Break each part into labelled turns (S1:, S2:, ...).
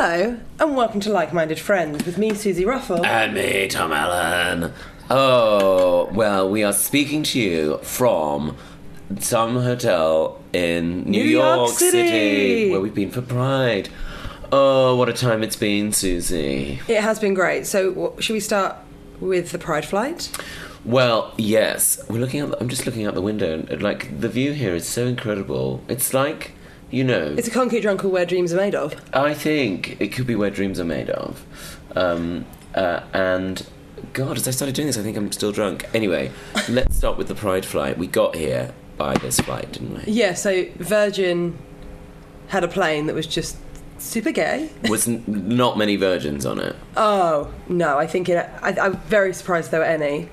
S1: and welcome to Like Minded Friends with me, Susie Ruffle.
S2: And me, Tom Allen. Oh, well, we are speaking to you from some hotel in New,
S1: New York
S2: City.
S1: City.
S2: where we've been for Pride. Oh, what a time it's been, Susie.
S1: it has been great. So, w- should we start with the Pride flight?
S2: Well, yes, we're looking out. I'm just looking out the window, and like the view here is so incredible. It's like, you know,
S1: It's a concrete jungle where dreams are made of.
S2: I think it could be where dreams are made of. Um, uh, and God, as I started doing this, I think I'm still drunk. Anyway, let's start with the Pride flight. We got here by this flight, didn't we?
S1: Yeah, so Virgin had a plane that was just super gay.
S2: Was n- not many virgins on it.
S1: Oh, no, I think it, I, I'm very surprised there were any,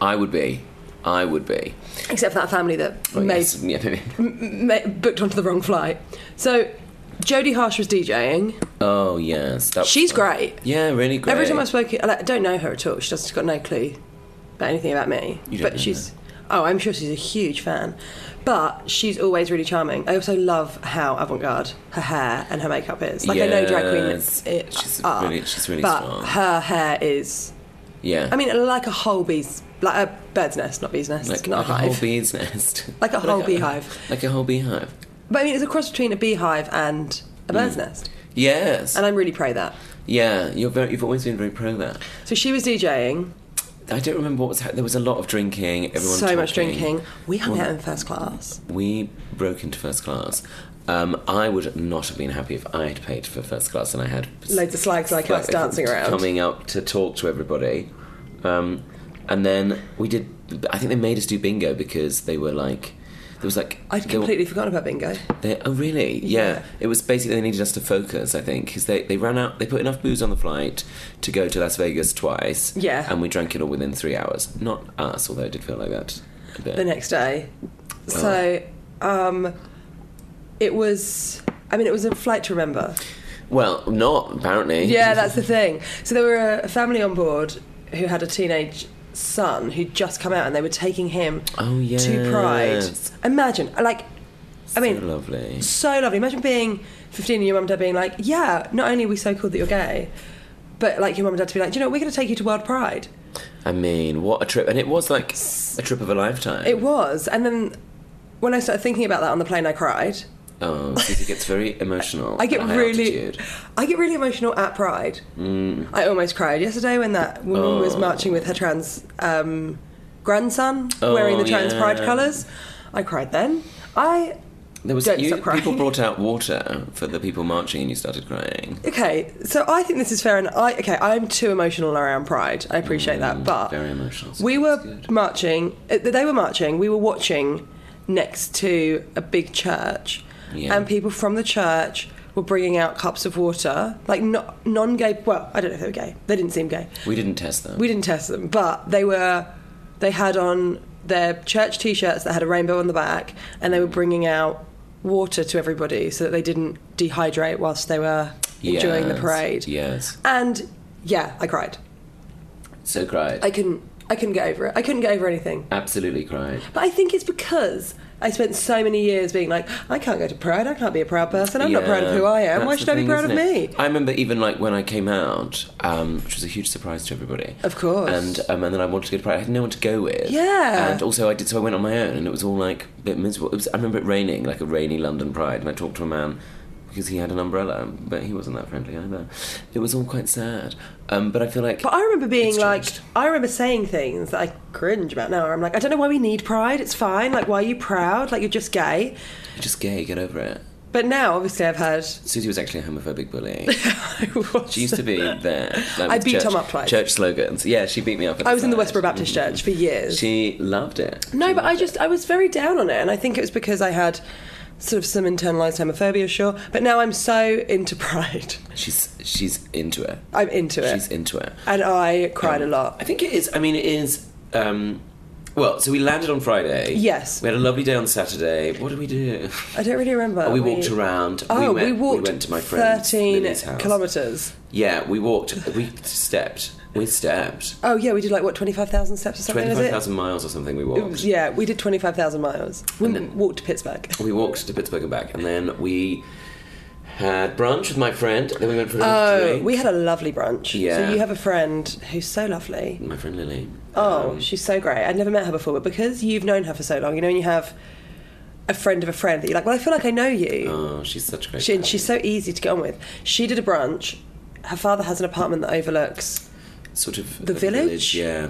S2: I would be. I would be.
S1: except for that family that
S2: Oh,
S1: made
S2: yes. Yeah.
S1: ma- booked onto the wrong flight. So Jodie Harsh was DJing.
S2: oh yes. That was
S1: She's
S2: fun.
S1: great.
S2: Yeah, really great.
S1: Every time I've spoken, like, I don't know her at all. She doesn't, she's got no clue about anything about me.
S2: You don't know
S1: but she's, oh, I'm sure she's a huge fan. But she's always really charming. I also love how avant-garde her hair and her makeup is. Like I know drag queens.
S2: Yes.
S1: It,
S2: She's
S1: are,
S2: really- she's really
S1: But
S2: smart.
S1: her hair is,
S2: yeah.
S1: I mean, like a whole bee's, like a bird's nest, not bee's nest,
S2: like,
S1: not
S2: like
S1: a
S2: a whole
S1: hive.
S2: bee's nest.
S1: Like a whole beehive.
S2: Like a whole beehive.
S1: but I mean, it's a cross between a beehive and a bird's
S2: Mm.
S1: nest,
S2: Yes.
S1: and I'm really pro that.
S2: yeah. You're very, you've always been very pro that.
S1: So she was DJing,
S2: I don't remember what was hap- there was a lot of drinking. Everyone
S1: so much
S2: talking.
S1: drinking. We hung
S2: Well,
S1: out in first class.
S2: We broke into first class. Um, I would not have been happy if I had paid for first class and I had
S1: Loads of slags like us dancing around.
S2: coming up to talk to everybody. Um, and then we did. I think they made us do bingo because they were like, there was like
S1: I'd
S2: they were-
S1: completely forgotten about bingo.
S2: They, oh, really? Yeah.
S1: Yeah.
S2: It was basically they needed us to focus, I think, because they, they ran out, they put enough booze on the flight to go to Las Vegas twice.
S1: Yeah.
S2: And we drank it all within three hours. Not us, although it did feel like that a bit.
S1: The next day,
S2: Oh.
S1: so um, it was. I mean, it was a flight to remember.
S2: well, not apparently.
S1: Yeah, that's the thing. So there were a family on board who had a teenage son who'd just come out, and they were taking him
S2: Oh, yes.
S1: to Pride. Imagine, like, I
S2: So
S1: mean,
S2: lovely.
S1: so lovely. Imagine being 15 and your mum and dad being like, "Yeah, not only are we so cool that you're gay." But like your mum and dad to be like, Do you know, what? we're going to take you to World Pride.
S2: I mean, what a trip. And it was like a trip of a lifetime.
S1: It was, and then when I started thinking about that on the plane, I cried.
S2: oh, Susie gets very emotional.
S1: I get
S2: at high
S1: really,
S2: altitude.
S1: I get really emotional at Pride. I almost cried yesterday when that woman was
S2: Mm. Oh.
S1: marching with her trans um, grandson
S2: Oh,
S1: wearing the trans
S2: yeah.
S1: Pride colours. I cried then. I
S2: There was
S1: Don't
S2: you,
S1: stop crying.
S2: people brought out water for the people marching, and you started crying.
S1: okay, so I think this is fair, and I okay, I'm too emotional around Pride. I appreciate that, but
S2: Mm. Very emotional.
S1: we
S2: That's
S1: were
S2: good.
S1: marching. uh, They were marching. We were watching next to a big church,
S2: Yeah.
S1: and people from the church were bringing out cups of water, like no, non-gay. Well, I don't know if they were gay. They didn't seem gay.
S2: We didn't test them.
S1: We didn't test them, but they were. They had on their church T-shirts that had a rainbow on the back, and they were bringing out water to everybody so that they didn't dehydrate whilst they were enjoying the
S2: Yes,
S1: parade.
S2: Yes.
S1: And yeah, I cried.
S2: So cried.
S1: I couldn't. I couldn't get over it. I couldn't get over anything.
S2: Absolutely cried.
S1: But I think it's because I spent so many years being like, I can't go to Pride, I can't be a proud person, I'm not proud of who I am, why
S2: um, That's
S1: should
S2: the
S1: I be
S2: thing,
S1: proud of
S2: isn't
S1: me?
S2: it? I remember even like when I came out, um, which was a huge surprise to everybody.
S1: Of course.
S2: And um, and then I wanted to go to Pride. I had no one to go with.
S1: Yeah.
S2: And also I did so I went on my own and it was all like a bit miserable. It was, I remember it raining, like a rainy London Pride, and I talked to a man because he had an umbrella, but he wasn't that friendly either. It was all quite sad. Um, but I feel like
S1: But I remember being
S2: It's
S1: like,
S2: changed.
S1: I remember saying things that I cringe about now. where I'm like, I don't know why we need pride. It's fine. Like, why are you proud? Like, you're just gay.
S2: you're just gay, get over it.
S1: But now, obviously, I've had.
S2: Susie was actually a homophobic bully. She
S1: she
S2: used to be there. Like,
S1: I
S2: with
S1: beat
S2: church,
S1: Tom up twice.
S2: Church slogans. Yeah, she beat me up. At
S1: I was in the
S2: side. Mm-hmm.
S1: Westboro Baptist Church for years.
S2: She loved it.
S1: No,
S2: She
S1: but I
S2: loved it.
S1: just I was very down on it, and I think it was because I had sort of some internalized homophobia, sure. But now I'm so into pride.
S2: she's she's into it.
S1: I'm into it,
S2: She's into it.
S1: and I cried
S2: Um,
S1: a lot.
S2: I think it is. I mean, it is. Um, well, so we landed on Friday.
S1: Yes.
S2: We had a lovely day on Saturday. What did we do?
S1: I don't really remember.
S2: Oh, we walked around.
S1: Oh, we,
S2: went-
S1: walked
S2: We went to my friend
S1: thirteen
S2: Lily's house.
S1: kilometers.
S2: Yeah, we walked. We stepped. We stepped.
S1: Oh yeah, we did like what twenty five thousand steps or something. is it?
S2: Twenty-five thousand miles or something. We
S1: It
S2: walked.
S1: was- Yeah, we did twenty five thousand miles. We
S2: And then-
S1: walked to Pittsburgh.
S2: We walked to Pittsburgh and back, and then we Had brunch with my friend. Then we went for a little
S1: Oh,
S2: drink.
S1: we had a lovely brunch.
S2: Yeah.
S1: So you have a friend who's so lovely.
S2: my friend Lily.
S1: Oh,
S2: Um,
S1: she's so great. I'd never met her before, but because you've known her for so long, you know, when you have a friend of a friend that you're like, well, I feel like I know you.
S2: oh, she's such a great.
S1: She, and
S2: guy.
S1: she's so easy to get on with. She did a brunch. Her father has an apartment that overlooks.
S2: sort of
S1: the
S2: a
S1: village?
S2: Yeah,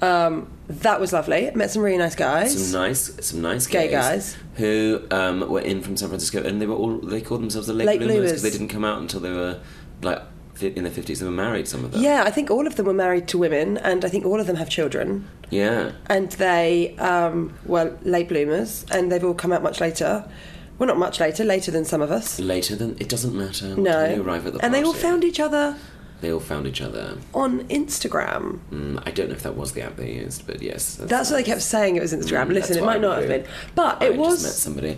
S1: That was lovely. Met some really nice guys.
S2: some nice, some nice
S1: Gay guys.
S2: who um, were in from San Francisco, and they were all they called themselves the late,
S1: Late
S2: bloomers
S1: bloomers.
S2: because they didn't come out until they were like fi- in their fifties. They were married. Some of them.
S1: yeah, I think all of them were married to women, and I think all of them have children.
S2: yeah.
S1: and they um, were late bloomers, and they've all come out much later. Well, not much later, later than some of us.
S2: Later than it doesn't matter. what
S1: No,
S2: time you arrive at the
S1: and they all
S2: party.
S1: found each other
S2: They all found each other.
S1: on Instagram.
S2: Mm, I don't know if that was the app they used, but yes,
S1: That's what they kept saying. It was Instagram. Listen,
S2: Mm, that's
S1: it
S2: what
S1: might
S2: I
S1: not have
S2: would
S1: been,
S2: do.
S1: but
S2: I
S1: it
S2: just met
S1: was
S2: somebody.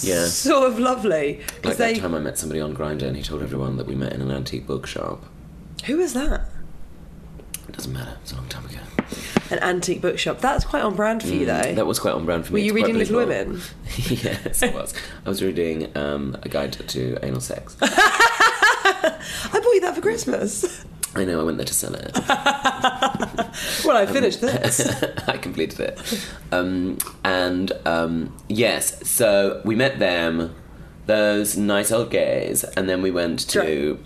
S2: Yeah.
S1: sort of lovely
S2: Like
S1: because
S2: that
S1: they.
S2: time I met somebody on Grinder and he told everyone that we met in an antique bookshop.
S1: Who was that?
S2: It doesn't matter. It's a long time ago.
S1: An antique bookshop. That's quite on brand for you,
S2: Mm,
S1: though.
S2: That was quite on brand for
S1: Were
S2: me.
S1: you
S2: It's quite
S1: reading Little
S2: believable.
S1: Women?
S2: yes, I was. I was reading um, a guide to anal sex.
S1: I bought you that for Christmas.
S2: I know I went there to sell it.
S1: well,
S2: Um,
S1: I finished this.
S2: I completed it. Um, and um, yes, so we met them, those nice old gays, and then we went to.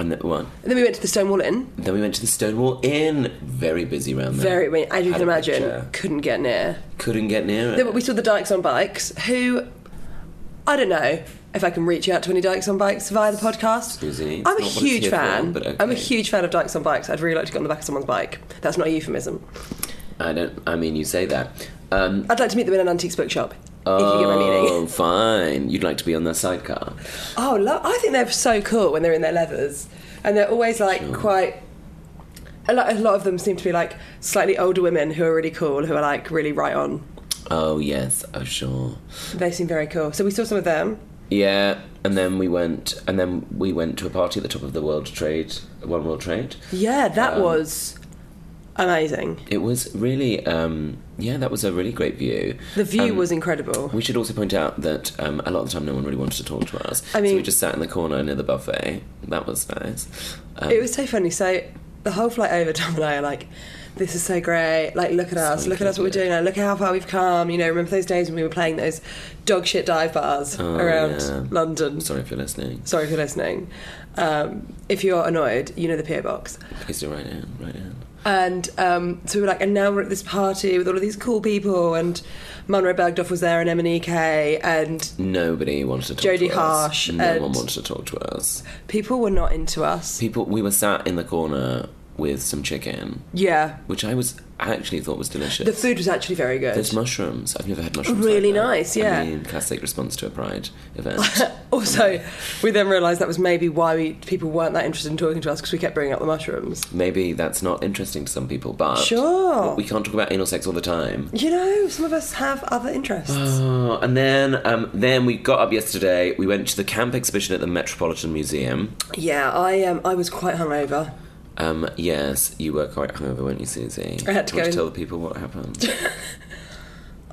S2: And then, well,
S1: And then we went to the Stonewall Inn.
S2: then we went to the Stonewall Inn. Very busy round there.
S1: Very, I mean, as you
S2: Had
S1: can
S2: a
S1: imagine,
S2: picture.
S1: couldn't get near.
S2: Couldn't get near it.
S1: No, but we saw the Dykes on Bikes, who I don't know if I can reach out to any Dykes on Bikes via the podcast.
S2: Susie, it's
S1: I'm a
S2: not what it's
S1: huge
S2: here for,
S1: fan.
S2: but okay.
S1: I'm a huge fan of Dykes on Bikes. I'd really like to get on the back of someone's bike. That's not a euphemism.
S2: I don't. I mean, you say that. Um,
S1: I'd like to meet them in an antiques bookshop. if you get my
S2: oh,
S1: meaning.
S2: fine. You'd like to be on their sidecar.
S1: Oh, lo- I think they're so cool when they're in their leathers, and they're always like quite. A lot, a lot of them seem to be like slightly older women who are really cool, who are like really right on.
S2: Oh yes. Oh sure.
S1: They seem very cool. So we saw some of them.
S2: Yeah, and then we went, and then we went to a party at the top of the World Trade, One World Trade.
S1: Yeah, that
S2: Um,
S1: was amazing.
S2: It was really, um, yeah, that was a really great view.
S1: The view
S2: Um,
S1: was incredible.
S2: We should also point out that um, a lot of the time no one really wanted to talk to us.
S1: I
S2: so
S1: mean-
S2: we just sat in the corner near the buffet. That was nice. Um,
S1: It was so funny. So the whole flight over, Tom and I are like, "This is so great! Like, look at us! Look at us! What we're doing now! Look at how far we've come! You know, remember those days when we were playing those dog shit dive bars
S2: Oh,
S1: around
S2: yeah.
S1: London?"
S2: Sorry if you're listening.
S1: Sorry if you're listening. Um, if you're annoyed, you know the PO box.
S2: Please do right in, right in.
S1: And um, so we were like, and now we're at this party with all of these cool people, and Munro Bergdorf was there, and M&EK, and
S2: Nobody wanted to talk
S1: Jodie
S2: to us.
S1: Harsh
S2: No
S1: and-
S2: one wanted to talk to us.
S1: people were not into us.
S2: People, we were sat in the corner with some chicken,
S1: Yeah,
S2: which I was I actually thought was delicious.
S1: the food was actually very good.
S2: There's mushrooms. I've never had mushrooms.
S1: Really
S2: like that.
S1: nice, yeah.
S2: I mean, classic response to a pride event.
S1: Also, we then realised that was maybe why we, people weren't that interested in talking to us because we kept bringing up the mushrooms.
S2: Maybe that's not interesting to some people, but
S1: Sure.
S2: we can't talk about anal sex all the time.
S1: You know, some of us have other interests.
S2: Oh, and then, um, then we got up yesterday. We went to the camp exhibition at the Metropolitan Museum.
S1: yeah, I um, I was quite hungover.
S2: Um, yes, you were quite hungover, weren't you, Susie?
S1: I had to
S2: Do you want
S1: go
S2: tell
S1: in-
S2: the people what happened.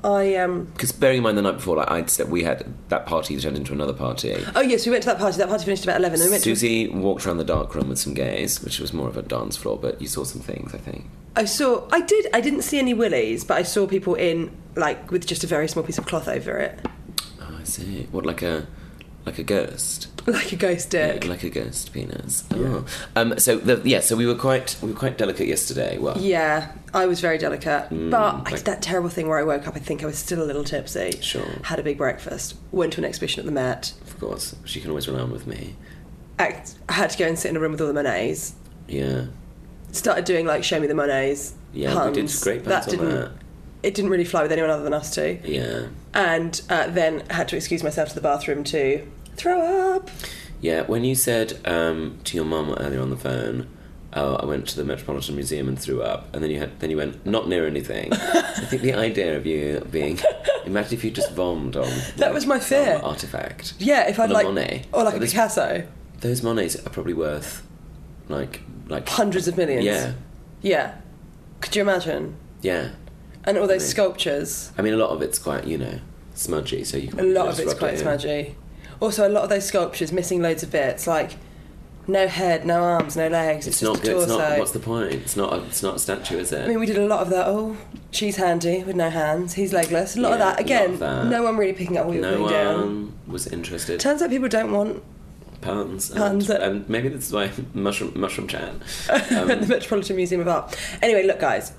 S1: I um,
S2: Because bearing in mind the night before, like I'd said, we had that party turned into another party.
S1: oh yes, we went to that party. That party finished about eleven. Then we went to,
S2: Susie walked around the dark room with some gays, which was more of a dance floor, but you saw some things, I think.
S1: I saw. I did. I didn't see any willies, but I saw people in like with just a very small piece of cloth over it,
S2: Oh, I see. What, like a like a ghost?
S1: like a ghost dick.
S2: Like a ghost penis. Oh. Um, so the, yeah, so we were quite we were quite delicate yesterday. Well,
S1: Yeah, I was very delicate. but I
S2: like-
S1: did that terrible thing where I woke up, I think I was still a little tipsy.
S2: Sure.
S1: Had a big breakfast, went to an exhibition at the Met.
S2: of course, she can always rely on with me.
S1: act, I had to go and sit in a room with all the Monets.
S2: Yeah,
S1: Started doing like show me the Monets.
S2: yeah,
S1: puns.
S2: we did great puns
S1: that
S2: on
S1: didn't,
S2: that.
S1: It didn't really fly with anyone other than us two.
S2: Yeah,
S1: And uh, then had to excuse myself to the bathroom to throw up.
S2: yeah. When you said um, to your mum earlier on the phone. Oh, I went to the Metropolitan Museum and threw up, and then you had, then you went not near anything. I think the idea of you being, imagine if you just vommed on
S1: That was my
S2: some
S1: fear.
S2: artifact.
S1: Yeah, if I'd
S2: a
S1: like
S2: Monet.
S1: or like a
S2: At least-
S1: Picasso,
S2: Those monies are probably worth like like
S1: hundreds of millions.
S2: Yeah,
S1: yeah. Could you imagine?
S2: yeah.
S1: And all those
S2: Amazing.
S1: sculptures.
S2: I mean, a lot of it's quite you know smudgy, so you can
S1: A lot
S2: just
S1: of it's
S2: rub it
S1: quite
S2: in.
S1: smudgy. Also, a lot of those sculptures missing loads of bits, like no head, no arms, no legs.
S2: It's
S1: It's,
S2: not
S1: just a
S2: good. It's
S1: torso.
S2: not. What's the point? It's not. A, it's not a statue, is
S1: I
S2: it?
S1: mean, we did a lot of that. Oh, she's handy with no hands. He's legless. A lot of
S2: Yeah,
S1: that.
S2: a lot
S1: Again,
S2: of that.
S1: no one really picking up what we were
S2: no
S1: putting
S2: one
S1: down.
S2: was interested.
S1: Turns out people don't want
S2: Puns. And,
S1: Puns.
S2: and maybe this is why mushroom mushroom chat. Um,
S1: at the Metropolitan Museum of Art. Anyway, look, guys,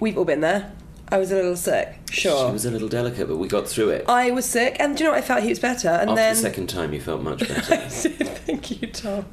S1: we've all been there. I was a little sick,
S2: She
S1: sure.
S2: was a little delicate, but we got through it.
S1: I was sick, and do you know what? I felt heaps better. Oh, And
S2: After
S1: then
S2: the second time, you felt much better.
S1: I said, "Thank you, Tom."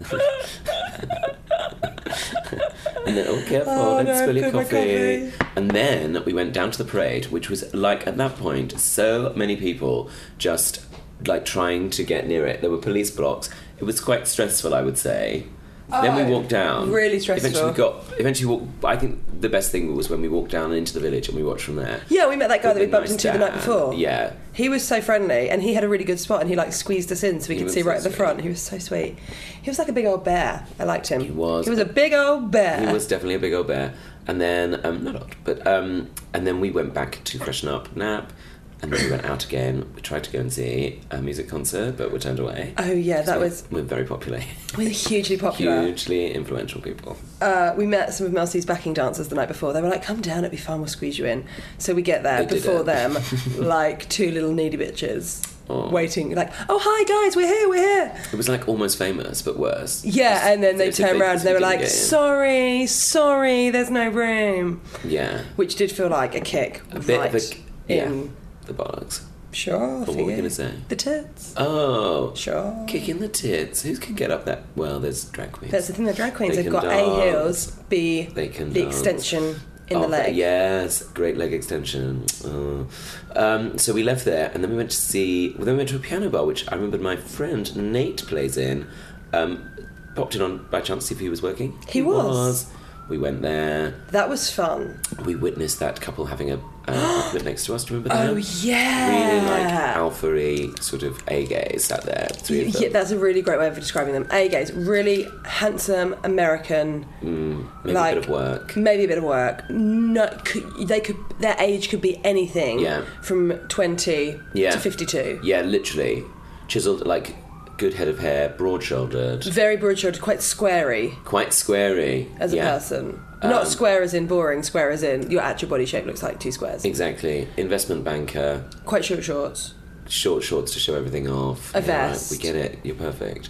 S2: and then, oh, careful,
S1: Oh,
S2: don't
S1: no,
S2: spill your
S1: I've got my
S2: coffee. And then we went down to the parade, which was like at that point, so many people just like trying to get near it. There were police blocks. It was quite stressful, I would say. then we
S1: Oh,
S2: walked down.
S1: really stressful.
S2: Eventually, we got. Eventually, walked, I think the best thing was when we walked down into the village and we watched from there.
S1: yeah, we met that guy that we
S2: With a
S1: bumped
S2: nice
S1: into the night
S2: dad.
S1: before.
S2: Yeah,
S1: He was so friendly, and he had a really good spot, and he like squeezed us in so we
S2: He
S1: could
S2: was
S1: see
S2: so
S1: right at the
S2: sweet.
S1: front. He was so sweet. He was like a big old bear. I liked him.
S2: He was.
S1: He was a big old bear.
S2: He was definitely a big old bear. And then, um, not odd, but um, and then we went back to freshen up, nap, and then we went out again. We tried to go and see a music concert, but were turned away.
S1: Oh yeah,
S2: So
S1: that was
S2: we're very popular,
S1: we were hugely popular.
S2: hugely influential people.
S1: uh, we met some of Melsey's backing dancers the night before. They were like, "Come down, it'd be fun. We'll squeeze you in." So we get there
S2: They did
S1: before
S2: it.
S1: them, like two little needy bitches
S2: Aw.
S1: waiting. Like, "Oh hi guys, we're here, we're here."
S2: It was like almost famous, but worse.
S1: Yeah, and then they
S2: It's a
S1: turned
S2: big-
S1: around and they were
S2: it's a
S1: like,
S2: big game.
S1: "Sorry, sorry, there's no room,"
S2: yeah,
S1: which did feel like a kick.
S2: a bit
S1: right
S2: of a yeah,
S1: in.
S2: the bollocks.
S1: Sure.
S2: But
S1: for
S2: what were we
S1: you.
S2: gonna say?
S1: The tits.
S2: Oh,
S1: Sure.
S2: kicking the tits. Who can get up that? Well, there's drag queens.
S1: That's the thing. The drag queens
S2: They
S1: have
S2: can
S1: got A
S2: dance.
S1: heels, B
S2: they can
S1: the
S2: dance.
S1: extension in the
S2: Oh,
S1: leg.
S2: Yes, great leg extension. Oh. Um, so we left there, and then we went to see. Well, then we went to a piano bar, which I remember my friend Nate plays in. Um, popped in on by chance to see if he was working.
S1: He was.
S2: We went there.
S1: That was fun.
S2: We witnessed that couple having a uh, outfit next to us. Do you remember that?
S1: Oh yeah.
S2: Really like alpha sort of a gays out there. Three of them.
S1: Yeah, that's a really great way of describing them. A gays, really handsome American,
S2: Mm, maybe
S1: like-
S2: a bit of work.
S1: maybe a bit of work. No, could, they could their age could be anything
S2: Yeah.
S1: from twenty
S2: Yeah.
S1: to fifty-two.
S2: Yeah, literally chiseled, like good head of hair, broad shouldered,
S1: Very broad-shouldered, quite squarey
S2: quite squarey
S1: as a
S2: yeah.
S1: person. Not
S2: Um,
S1: square as in boring, square as in your actual body shape looks like two squares.
S2: Exactly. Investment banker,
S1: Quite short shorts.
S2: short shorts to show everything off.
S1: A
S2: Yeah, right,
S1: vest.
S2: we get it. You're perfect.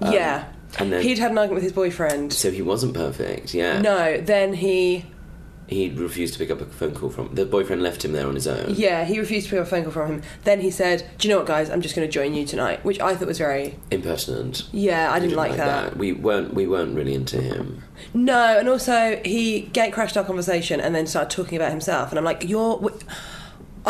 S1: yeah.
S2: Um, And then,
S1: He'd had an argument with his boyfriend.
S2: so he wasn't perfect. Yeah.
S1: No, then he
S2: He refused to pick up a phone call from the boyfriend. Left him there on his own.
S1: yeah, he refused to pick up a phone call from him. Then he said, Do you know what guys, I'm just gonna join you tonight which I thought was very
S2: Impertinent.
S1: Yeah, I
S2: We
S1: didn't, like, that.
S2: We weren't. We weren't really into him.
S1: No, and also he gate crashed our conversation and then started talking about himself, and I'm like, you're. W-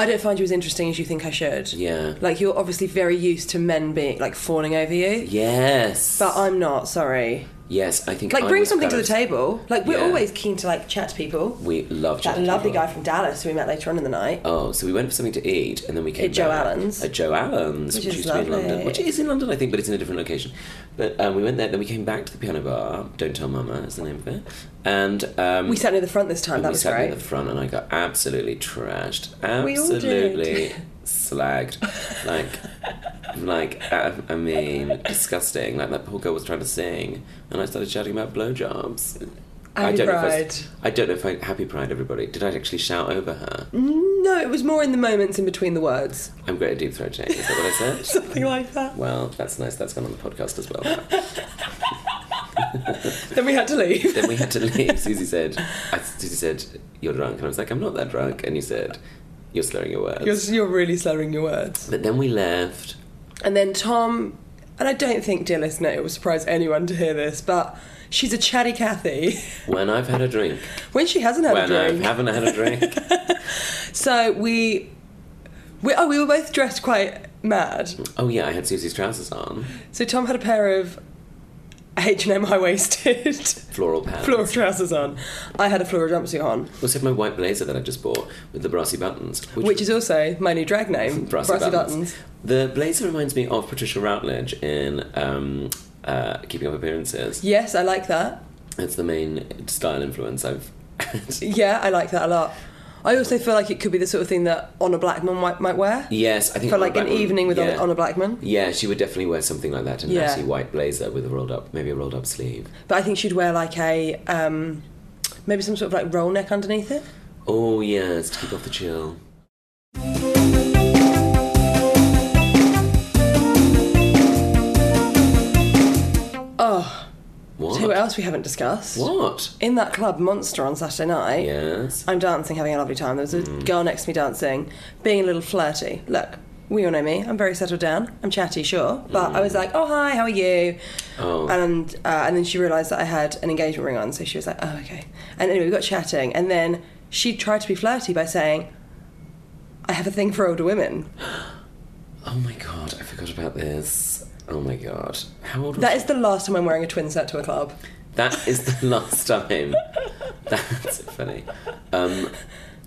S1: I don't find you as interesting as you think I should.
S2: Yeah.
S1: Like you're obviously very used to men being like fawning over you,
S2: Yes.
S1: but I'm not. Sorry.
S2: Yes, I think.
S1: Like
S2: I
S1: bring
S2: was
S1: something to the
S2: kind
S1: table. Like we're
S2: Yeah.
S1: always keen to like chat to people.
S2: of- We loved
S1: That
S2: him.
S1: lovely guy from Dallas who we met later on in the night.
S2: Oh, so we went for something to eat, and then we came
S1: At Joe
S2: back-
S1: Allen's.
S2: At Joe Allen's,
S1: Which
S2: which,
S1: is
S2: used to be in London,
S1: lovely.
S2: which is in London, I think, but it's in a different location. But um, we went there, then we came back to the piano bar. Don't tell Mama is the name of it. And um,
S1: We sat near the front this time.
S2: and
S1: That
S2: we
S1: was
S2: sat near
S1: great.
S2: the front, and I got absolutely trashed,
S1: We all did.
S2: absolutely slagged, like. Like, I, I mean, disgusting. Like, that poor girl was trying to sing, and I started shouting about blowjobs. I
S1: Happy
S2: don't know if I,
S1: Pride.
S2: s- I don't know if I. Happy Pride, everybody. Did I actually shout over her?
S1: No, it was more in the moments in between the words,
S2: I'm great at deep throat chatting. Is that what I said?
S1: something like that.
S2: well, that's nice. That's gone on the podcast as well.
S1: Then we had to leave.
S2: then we had to leave. Susie said, I, "Susie said you're drunk," and I was like, "I'm not that drunk." And you said, "You're slurring your words."
S1: You're, you're really slurring your words.
S2: But then we left.
S1: And then Tom, and I don't think, dear listener, it will surprise anyone to hear this, but she's a chatty Cathy
S2: When I've had a drink,
S1: when she hasn't had
S2: when
S1: a
S2: I
S1: drink.
S2: haven't had a drink,
S1: So we, we, oh, we were both dressed quite mad.
S2: oh yeah, I had Susie's trousers on,
S1: So Tom had a pair of H and M high waisted
S2: floral pants.
S1: floral trousers on. I had a floral jumpsuit on,
S2: Also had my white blazer that I just bought with the brassy buttons,
S1: which, is also my new drag name,
S2: Brassy Buttons. the blazer reminds me of Patricia Routledge in um, uh, Keeping Up Appearances.
S1: Yes, I like that.
S2: It's the main style influence I've.
S1: Yeah, I like that a lot. I also feel like it could be the sort of thing that Honor Blackman might, might wear
S2: Yes, I think
S1: for
S2: Honor
S1: like an
S2: Blackman-
S1: evening with
S2: yeah.
S1: Honor Blackman.
S2: Yeah, she would definitely wear something like that, a
S1: Yeah.
S2: natty white blazer with a rolled up, maybe a rolled up sleeve.
S1: But I think she'd wear like a um, maybe some sort of like roll neck underneath it.
S2: Oh yes, to keep off the chill.
S1: Oh,
S2: What?
S1: tell you what else we haven't discussed.
S2: What?
S1: In that club, Monster on Saturday night.
S2: Yes.
S1: I'm dancing, having a lovely time. There was a
S2: Mm.
S1: girl next to me dancing, being a little flirty. Look, we all know me. I'm very settled down. I'm chatty, sure, but I was like, "Oh hi, how are you?"
S2: Mm. Oh.
S1: And uh, and then she realised that I had an engagement ring on, so she was like, "Oh okay." And anyway, we got chatting, and then she tried to be flirty by saying, "I have a thing for older women."
S2: Oh my god, I forgot about this. Oh my god. How old was
S1: That is the last time I'm wearing a twin set to a club.
S2: That is the last time. That's so funny. Um,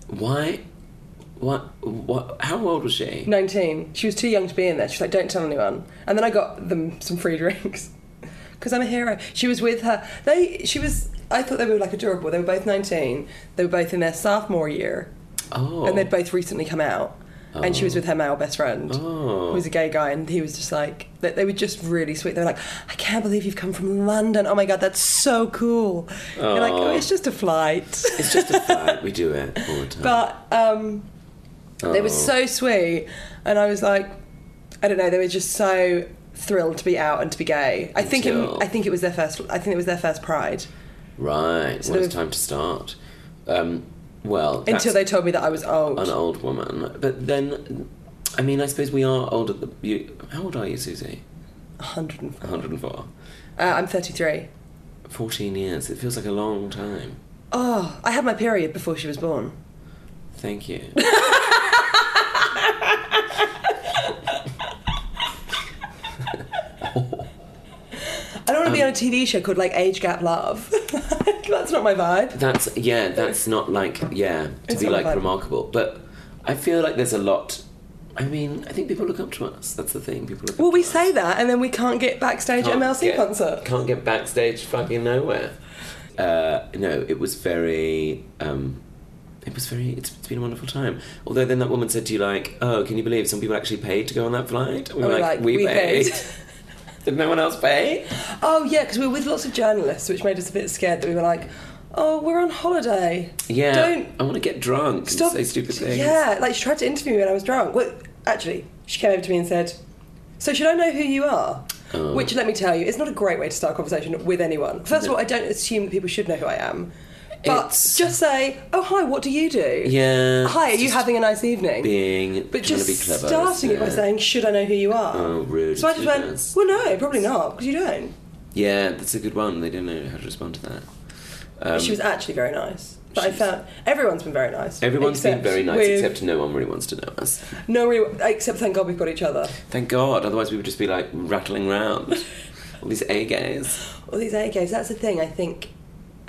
S2: why? What? What? How old was she?
S1: 19. She was too young to be in there. She's like, don't tell anyone. And then I got them some free drinks. Because I'm a hero. She was with her. They. She was. I thought they were like adorable. They were both 19. They were both in their sophomore year.
S2: Oh.
S1: And they'd both recently come out. And she was with her male best friend.
S2: Oh.
S1: Who was a gay guy. And he was just like. They, they were just really sweet. They were like, I can't believe you've come from London. Oh my God, that's so cool. You're like,
S2: Aw.
S1: oh, it's just a flight.
S2: It's just a fact. we do it all the time.
S1: But um, they were
S2: Oh.
S1: so sweet, and I was like, I don't know, they were just so thrilled to be out and to be gay. I think it,
S2: Until-
S1: I think it was their first. I think it was their first pride
S2: Oh, Right.
S1: So
S2: well,
S1: they
S2: it's
S1: were-
S2: time to start. Um, well, that's
S1: until they told me that I was old.
S2: an old woman. But then, I mean, I suppose we are older. Than you, how old are you, Susie?
S1: 104.
S2: 104.
S1: Uh, I'm 33.
S2: 14 years. It feels like a long time.
S1: Oh, I had my period before she was born.
S2: Thank you.
S1: I don't want to
S2: Um,
S1: be on a TV show called like Age Gap Love. That's not my vibe.
S2: That's yeah. That's not like yeah to
S1: It's
S2: be
S1: not
S2: like
S1: bad.
S2: remarkable, but I feel like there's a lot. I mean, I think people look up to us. That's the thing. People look.
S1: Well,
S2: up
S1: we
S2: to
S1: say that, and then we can't get backstage
S2: us.
S1: at MLC
S2: get,
S1: concert.
S2: Can't get backstage fucking nowhere. Uh, no, it was very. Um, it was very. It's, it's been a wonderful time. Although then that woman said to you like, "Oh, can you believe some people actually paid to go on that flight?" And we
S1: And
S2: were
S1: we're
S2: like,
S1: Oh, like,
S2: "We,
S1: "We
S2: paid."
S1: paid."
S2: Did no one else pay?
S1: Oh yeah, because we were with lots of journalists, which made us a bit scared that we were like, oh, we're on holiday.
S2: Yeah.
S1: Don't
S2: I want to get drunk
S1: stop.
S2: and say stupid things.
S1: Yeah, like she tried to interview me when I was drunk. Well, actually, she came over to me and said, "So should I know who you are?"
S2: Oh.
S1: Which, let me tell you, is not a great way to start a conversation with anyone. First of all, I don't assume that people should know who I am, but
S2: It's-
S1: just say, "Oh hi, what do you do?"
S2: Yeah.
S1: Hi, are
S2: It's
S1: you
S2: just
S1: having a nice evening?
S2: being
S1: but
S2: trying
S1: just
S2: to be clever.
S1: starting it by
S2: yeah.
S1: saying, "Should I know who you are?"
S2: Oh, rude.
S1: so I just went,
S2: Yes.
S1: "Well, no, probably not, because you don't."
S2: Yeah, that's a good one. They don't know how to respond to that. Um,
S1: she was actually very nice. But I
S2: she's-
S1: found everyone's been very nice.
S2: everyone's been
S1: except
S2: very nice,
S1: with-
S2: except no one really wants to know us.
S1: no, really, except thank God we've got each other.
S2: Thank God, otherwise we would just be like rattling round. All these A gays.
S1: All these A gays. That's the thing. I think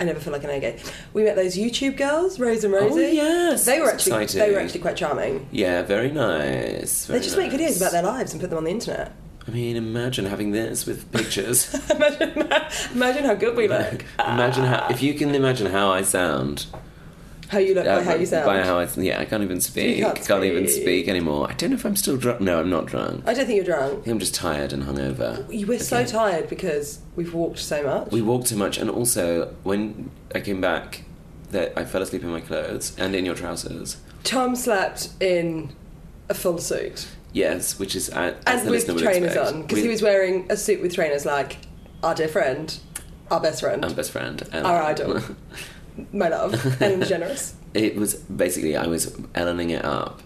S1: I never feel like an A gay. We met those YouTube girls, Rose and Rosie.
S2: Oh, yes.
S1: they were
S2: That's
S1: actually
S2: exciting.
S1: they were actually quite charming.
S2: Yeah, very nice.
S1: they just make videos about their lives and put them on the internet.
S2: I mean, imagine having this with pictures.
S1: imagine, imagine how good we look.
S2: imagine how if you can imagine how I sound. Uh,
S1: How you look by how you sound.
S2: By how I yeah, I can't even speak.
S1: can't
S2: even
S1: speak.
S2: speak anymore. I don't know if I'm still drunk. No, I'm not drunk. I
S1: I don't think you're drunk.
S2: think I'm just tired and hungover.
S1: You were so
S2: Again.
S1: tired because we've walked so much.
S2: We walked so much, and also when I came back, that I fell asleep in my clothes and in your trousers.
S1: Tom slept in a full suit.
S2: Yes, which is uh,
S1: and
S2: as the
S1: with
S2: listener would
S1: trainers
S2: expect.
S1: on because he
S2: With-
S1: was wearing a suit with trainers like our dear friend our best friend
S2: our best friend, and
S1: Our idol. my love and generous
S2: it was basically I was Ellening it up,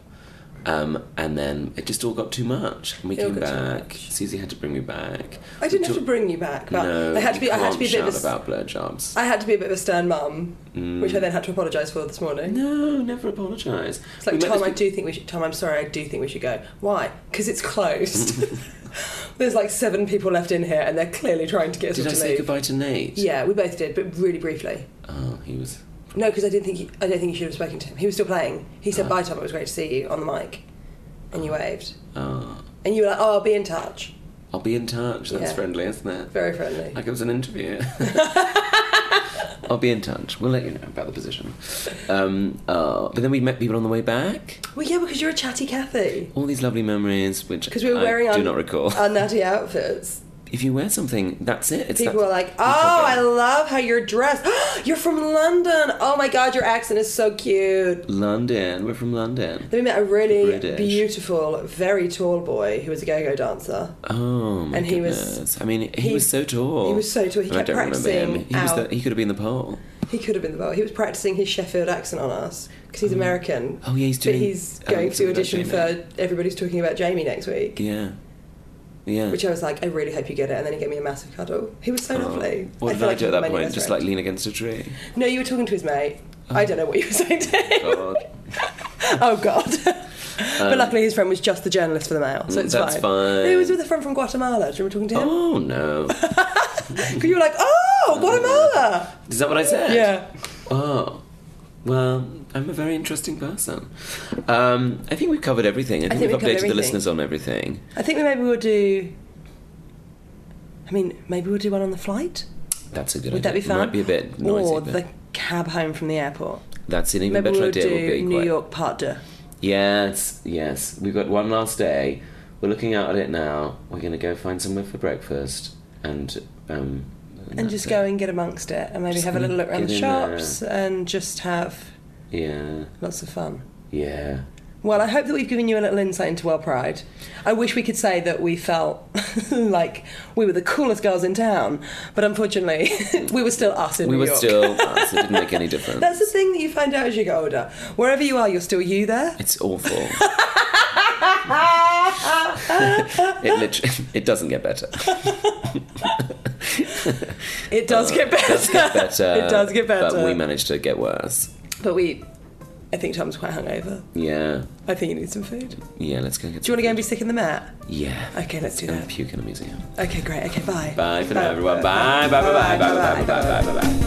S2: um, and then it just all got too much. And we
S1: It all
S2: came
S1: got too
S2: back.
S1: much.
S2: Susie had to bring me back.
S1: I didn't have
S2: We
S1: to
S2: talked-
S1: bring you back but
S2: no,
S1: I had to
S2: you
S1: be I had to
S2: can't
S1: be a bit of a,
S2: shout about blowjobs.
S1: I had to be a bit of a stern mum which I then had to apologise for this morning
S2: No, never apologise.
S1: it's like
S2: We met
S1: Tom
S2: this-
S1: I do think we should Tom I'm sorry I do think we should go why because it's closed there's like seven people left in here and they're clearly trying to get us
S2: Did
S1: all
S2: I
S1: to
S2: say
S1: leave
S2: goodbye to Nate?
S1: yeah we both did but really briefly
S2: Oh, he was.
S1: No, because I didn't think he, I don't think you should have spoken to him. He was still playing. He said,
S2: Ah.
S1: "Bye, Tom. It was great to see you on the mic," and you waved,
S2: Oh,
S1: and you were like, "Oh, I'll be in touch."
S2: I'll be in touch. That's
S1: Yeah.
S2: friendly, isn't it?
S1: Very friendly.
S2: Like it was an interview. I'll be in touch. We'll let you know about the position. Um, uh, but then we met people on the way back.
S1: Well, yeah, because you're a chatty Cathy.
S2: All these lovely memories, which
S1: Because we were
S2: I
S1: wearing
S2: do
S1: our,
S2: not recall.
S1: our natty outfits.
S2: if you wear something, that's it. It's
S1: People
S2: that-
S1: are like,
S2: it's
S1: oh,
S2: okay.
S1: I love how you're dressed. you're from London. Oh my God, your accent is so cute.
S2: London. We're from London.
S1: Then we met a really
S2: British.
S1: beautiful, very tall boy who was a go-go dancer.
S2: Oh my
S1: And he was-
S2: goodness. I mean, he,
S1: he-
S2: was so tall.
S1: he was so tall. He
S2: And I
S1: kept
S2: don't remember him.
S1: practicing
S2: He was
S1: out.
S2: the, he could have been the pole.
S1: He could have been the boy. He was practicing his Sheffield accent on us because he's American.
S2: Oh yeah, he's
S1: But
S2: doing.
S1: he's
S2: um,
S1: going
S2: something
S1: to
S2: about
S1: audition
S2: Jamie.
S1: for Everybody's Talking About Jamie next week.
S2: Yeah. Yeah.
S1: Which I was like, I really hope you get it. And then he gave me a massive cuddle. He was so
S2: Oh.
S1: lovely.
S2: What did
S1: feel
S2: I,
S1: like
S2: do at
S1: he was
S2: that
S1: my new
S2: point?
S1: best
S2: Just
S1: friend.
S2: like lean against a tree.
S1: No, you were talking to his mate. I don't know what you were saying to him.
S2: God.
S1: oh, God. but
S2: Um,
S1: luckily, his friend was just the journalist for the mail, so
S2: Mm,
S1: it's
S2: that's
S1: fine.
S2: fine.
S1: He was with a friend from Guatemala. Do you remember talking to him?
S2: Oh no!
S1: Because you were like, oh, Guatemala!
S2: Is that what I said?
S1: Yeah.
S2: Oh. Well, I'm a very interesting person. Um, I think we've covered everything. I
S1: think
S2: think, we've
S1: we've covered
S2: updated the
S1: everything.
S2: listeners on everything.
S1: I think we maybe we'll do. I mean, maybe we'll do one on the flight.
S2: That's a good
S1: Would
S2: idea.
S1: that be fun?
S2: Might be a bit noisy,
S1: Or
S2: but
S1: the cab home from the airport.
S2: that's an even
S1: Maybe
S2: better
S1: we'll
S2: idea. would
S1: do
S2: be
S1: New
S2: quite-
S1: York part deux.
S2: Yes, yes. We've got one last day. We're looking out at it now. We're going to go find somewhere for breakfast and um,
S1: and
S2: that's
S1: just
S2: it.
S1: go and get amongst it and maybe
S2: Just
S1: have a little look around the
S2: get in there.
S1: shops and just have
S2: Yeah,
S1: lots of fun.
S2: yeah.
S1: Well, I hope that we've given you a little insight into World Pride. I wish we could say that we felt like we were the coolest girls in town, but unfortunately, we were still us in
S2: we
S1: New
S2: were
S1: York.
S2: still us. It didn't make any difference.
S1: That's the thing that you find out as you get older. Wherever you are, you're still you there.
S2: It's awful. it literally it doesn't get better.
S1: It does get better.
S2: Uh, It does get better.
S1: it does get better.
S2: uh, But we managed to get worse.
S1: But we- I think Tom's quite hungover.
S2: Yeah.
S1: I think you need some food. Do
S2: Yeah, let's go get
S1: you want to go and be sick in the mat?
S2: Yeah.
S1: Okay, let's do
S2: I'm
S1: that.
S2: puking a museum.
S1: Okay, great. Okay, bye.
S2: Bye for now everyone. Bye bye bye bye bye bye bye bye bye bye bye. bye.